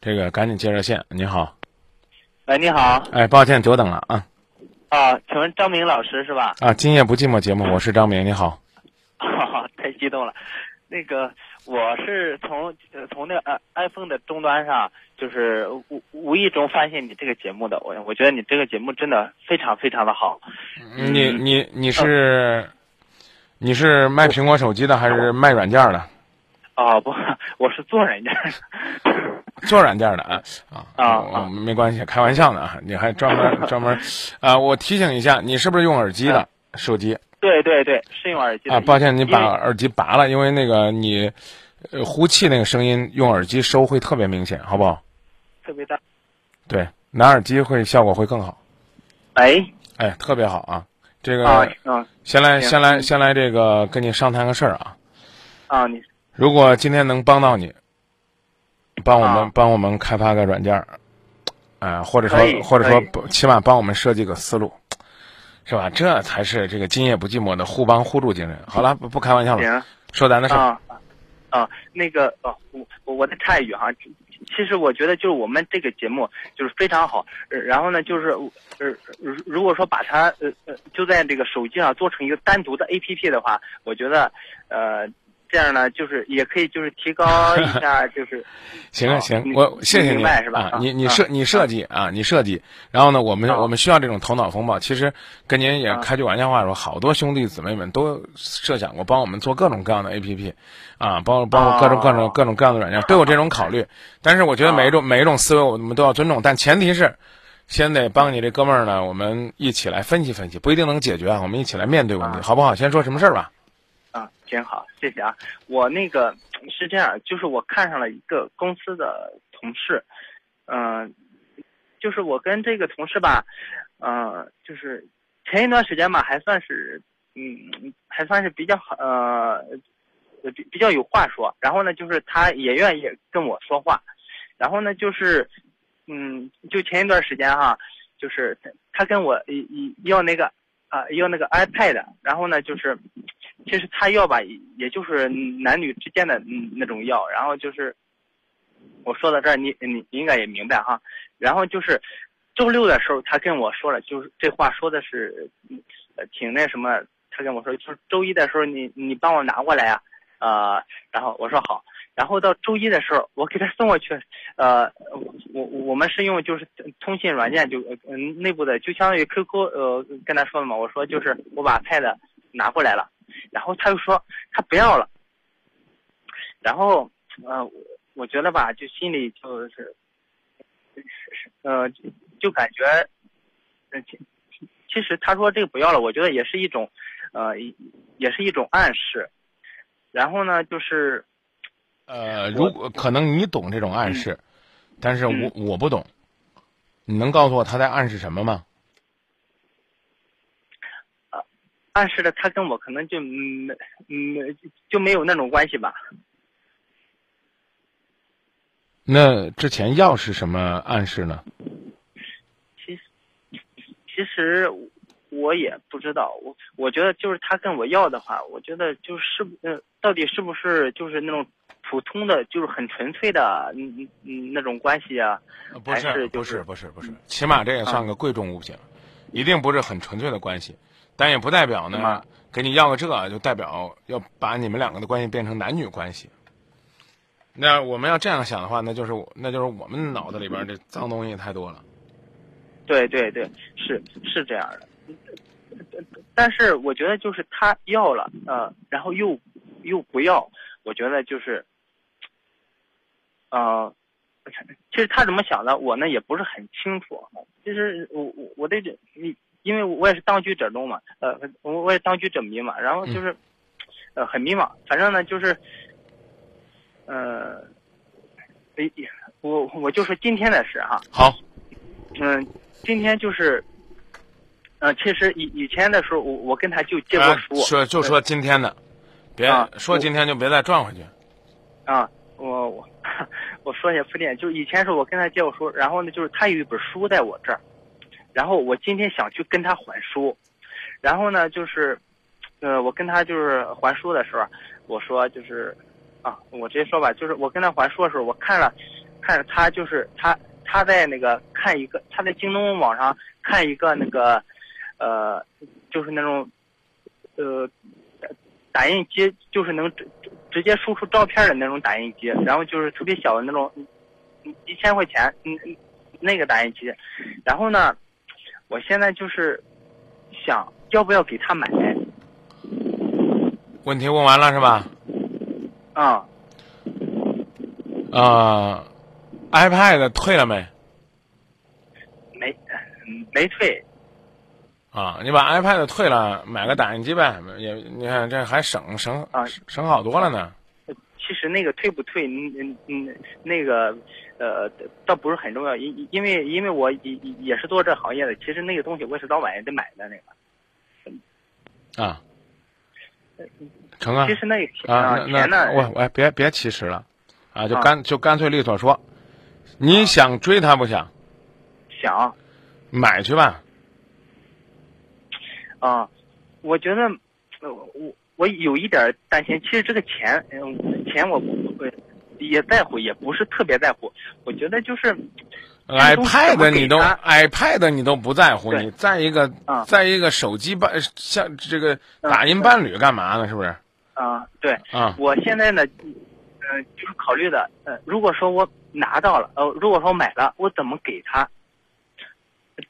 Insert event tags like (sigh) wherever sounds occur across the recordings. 这个赶紧接热线。您好，喂，你好哎，抱歉久等了啊啊，请问张明老师是吧？ (laughs) 啊！今夜不寂寞节目，我是张明，你好。太激动了。那个，我是从呃从那个呃 iPhone 的终端上，就是无无意中发现你这个节目的，我我觉得你这个节目真的非常非常的好。嗯你你你啊是你是卖苹果手机的还是卖软件的？哦不，我是做软件的。 (laughs) 做软件的啊啊啊我没关系，开玩笑的啊！你还专门 (laughs) 专门啊！我提醒一下，你是不是用耳机的手机对对对，是啊用耳机的啊？抱歉，你把因为耳机拔了，因为那个你呃呼气那个声音用耳机收会特别明显，好不好？特别大。对，拿耳机会效果会更好。喂哎，特别好啊！这个啊嗯先来，行先来，先来，这个跟你商谈个事儿啊。啊你如果今天能帮到你，帮我们、啊帮我们开发个软件儿，啊、或者说可以或者说可以不起码帮我们设计个思路，是吧？这才是这个今夜不寂寞的互帮互助精神。好了，不不开玩笑了，行。说咱的事儿。啊啊，那个哦，我我我再插一句哈，其其实我觉得就是我们这个节目就是非常好，呃然后呢就是呃，如如果说把它呃呃就在这个手机上做成一个单独的 APP 的话，我觉得呃这样呢就是也可以就是提高一下就是行啊啊行，你我谢谢你你明白是吧啊啊，你你啊设你设计啊，你设计，然后呢，我们啊我们需要这种头脑风暴。其实跟您也啊开句玩笑话说，好多兄弟姊妹们都设想过帮我们做各种各样的 APP，啊，包包括各种啊各种各种各样的软件都有这种考虑。但是我觉得每一哦种每一种思维我们都要尊重，但前提是。先得帮你这哥们儿呢，我们一起来分析分析，不一定能解决啊，我们一起来面对问题，啊好不好？先说什么事儿吧？啊，真好，谢谢啊。我那个是这样，就是我看上了一个公司的同事，嗯、就是我跟这个同事吧，呃，就是前一段时间吧，还算是，嗯，还算是比较好，呃，比比较有话说。然后呢，就是他也愿意跟我说话。然后呢，就是，嗯，就前一段时间哈，就是他他跟我一一要那个啊、要那个 iPad，然后呢，就是其实他要吧，也就是男女之间的嗯那种要，然后就是我说到这儿，你你你应该也明白哈。然后就是周六的时候，他跟我说了，就是这话说的是嗯呃挺那什么，他跟我说就是周一的时候你你帮我拿过来啊，呃，然后我说好。然后到周一的时候，我给他送过去，呃，我我我们是用就是通信软件就嗯、内部的，就相当于 QQ 呃跟他说的嘛，我说就是我把 Pad 拿过来了，然后他又说他不要了，然后呃我我觉得吧，就心里就是呃就就感觉，呃其其实他说这个不要了，我觉得也是一种呃也是一种暗示，然后呢就是呃，我如果可能你懂这种暗示，但是我嗯我不懂，你能告诉我他在暗示什么吗？暗示了他跟我可能就嗯嗯就没有那种关系吧。那之前要是什么暗示呢？其实其实我也不知道，我我觉得就是他跟我要的话，我觉得就是不呃，到底是不是就是那种普通的，就是很纯粹的嗯嗯嗯那种关系啊？呃不还是就不是嗯不是，不是，起码这也算个贵重物品了，一定不是很纯粹的关系，但也不代表嗯呢啊，给你要个这个，就代表要把你们两个的关系变成男女关系。那我们要这样想的话，那就是我那就是我们脑子里边这脏东西太多了。对对对，是是这样的。但是我觉得就是他要了，呃，然后又又不要，我觉得就是，呃，其实他怎么想的，我呢也不是很清楚。其实我我我对这你，因为我也是当局者中嘛，呃，我我也当局者迷嘛，然后就是，呃，很迷茫。反正呢就是，呃，哎我我就说今天的事哈、好，嗯，今天就是，嗯、其实以以前的时候，我我跟他就借过哎书说就说今天的，别啊说我今天就别再转回去。啊，我我 (laughs) 我说也不点，就是以前时候我跟他借过书，然后呢，就是他有一本书在我这儿，然后我今天想去跟他还书，然后呢，就是，呃，我跟他就是还书啊的时候，我说就是，啊，我直接说吧，就是我跟他还书的时候，我看了。看他就是他他在那个看一个他在京东网上看一个那个，呃，就是那种，呃，打印机就是能直直接输出照片的那种打印机，然后就是特别小的那种，一千块钱，嗯，嗯那个打印机，然后呢，我现在就是想要不要给他买，问题问完了是吧？啊、啊、i p a d 退了没？没嗯没退，啊，你把 iPad 退了，买个打印机呗，也你看这还省省啊省好多了呢。其实那个退不退，嗯嗯嗯，那个呃，倒不是很重要，因因为因为我也也是做这行业的，其实那个东西我也是早晚也得买的那个。啊，成啊呃其实那个啊，那钱呢那，呃我我别别其实了，啊，就啊干就干脆利索说，你想追他不想想买去吧？啊，我觉得呃我我有一点担心，其实这个钱，嗯，钱我不会也在乎，也不是特别在乎，我觉得就是这东西怎么哎 iPad 给你都他 iPad 你都不在乎，对你再一个啊再一个手机伴像这个嗯打印对伴侣干嘛呢？是不是？啊、对，啊我现在呢，呃，就是考虑的，呃，如果说我拿到了，呃，如果说买了，我怎么给他？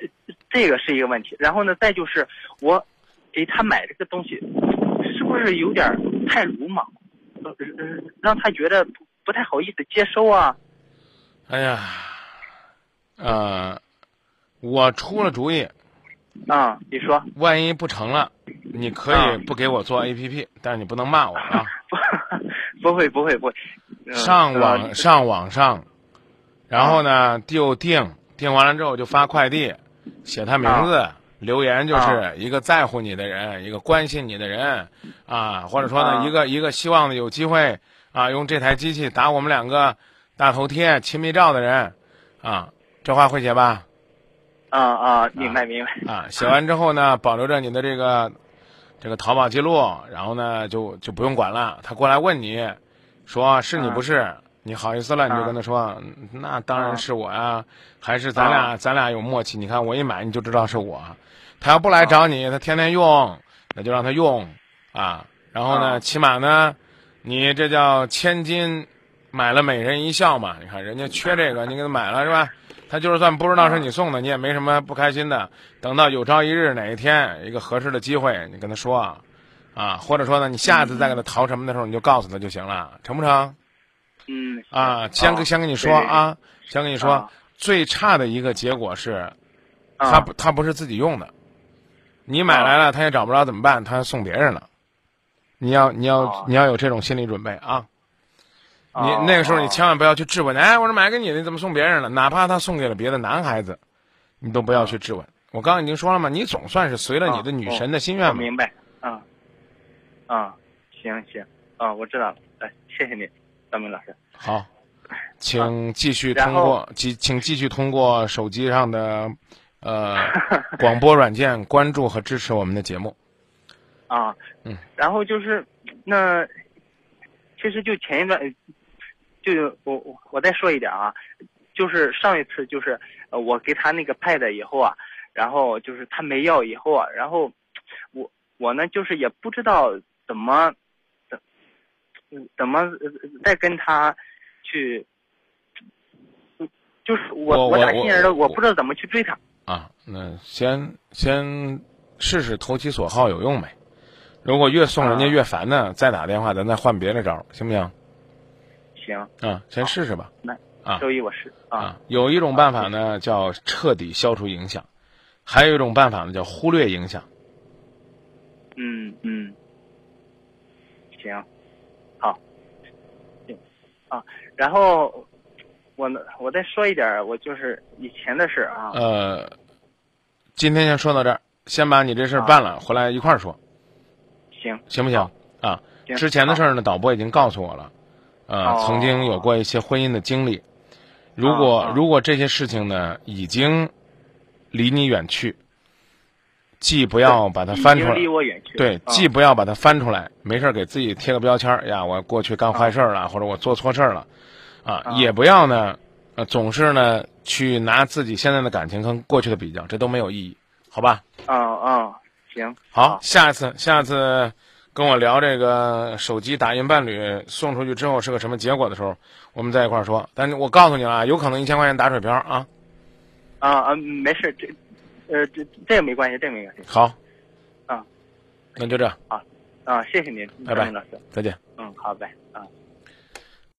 这这个是一个问题。然后呢，再就是我给他买这个东西，是不是有点儿太鲁莽，呃呃让他觉得不不太好意思接收啊？哎呀，呃，我出了主意，啊、你说 (laughs) 万一不成了，你可啊以不给我做 APP，但是你不能骂我啊！不？不会，不会，不会。呃上网呃上网上，然啊后呢就订订完了之后就发快递，写他名字，留言就是啊一个在乎你的人，一个关心你的人啊，或者说呢啊一个一个希望的有机会啊用这台机器打我们两个大头贴亲密照的人啊，这话会写吧？啊啊，明白明白。 (laughs) 啊，写完之后呢，保留着你的这个这个淘宝记录，然后呢就就不用管了。他过来问你，说是你啊不是？你好意思了，你就啊跟他说，嗯那当然啊是我呀、还是咱俩、啊咱俩有默契。你看我一买你就知道是我，他要不来找你，他天天用，那就让他用啊。然后呢，啊起码呢，你这叫千金买了美人一笑嘛。你看人家缺这个，你给他买了是吧？他就是算不知道是你送的，你也没什么不开心的。等到有朝一日哪一天一个合适的机会，你跟他说啊，啊，或者说呢，你下次再给他淘什么的时候，你就告诉他就行了，成不成？嗯啊，先跟啊先跟你说对啊，先跟你说啊，最差的一个结果是，啊他不他不是自己用的，你买来了他也找不着怎么办？他送别人了，你要你要啊你要有这种心理准备啊！你啊那个时候你啊千万不要去质问，哎，我说买给你的，你怎么送别人了？哪怕他送给了别的男孩子，你都嗯不要去质问。我刚刚已经说了嘛，你总算是随了你的啊女哦神的心我愿嘛。明白，啊，啊，行行，啊，我知道了，哎，谢谢你，张明老师。好，请继续嗯然通后过，继请继续通过手机上的呃广播软件关注和支持我们的节目。啊，嗯，然后就是那，其实就前一段，就我我我再说一点啊，就是上一次就是呃我给他那个 pad 以后啊，然后就是他没要以后啊，然后我我呢就是也不知道怎么怎怎么呃再跟他去。就是我我，我打心眼儿的，我我不知道怎么去追他。啊，那先先试试投其所好有用没？如果越送人家啊越烦呢，再打电话咱再换别的招儿，行不行？行，啊，先试试吧。啊周一我是啊啊，有一种办法呢叫彻底消除影响，还有一种办法呢叫忽略影响。嗯，嗯，行，好，行啊。然后我呢，我再说一点儿，我就是以前的事儿啊。呃，今天先说到这儿，先把你这事儿办了，回来一块儿说。行，行不行啊？行之前的事儿呢，导播已经告诉我了，呃，哦曾经有过一些婚姻的经历。如果哦如果这些事情呢已经离你远去，既不要把它已翻出经来离，我远去。对，啊既不要把它翻出来，没事儿给自己贴个标签儿呀，我过去干坏事儿了，或者我做错事儿了，啊，啊也不要呢呃，总是呢去拿自己现在的感情跟过去的比较，这都没有意义，好吧？嗯嗯，行，好，下次下次跟我聊这个手机打印伴侣送出去之后是个什么结果的时候，我们在一块儿说。但是我告诉你了啊，有可能一千块钱打水漂啊。啊啊，没事，这，呃，这这个没关系，这个没关系。好，啊，那就这样，啊，谢谢您，拜拜张明老师。再见。嗯，好，拜，嗯。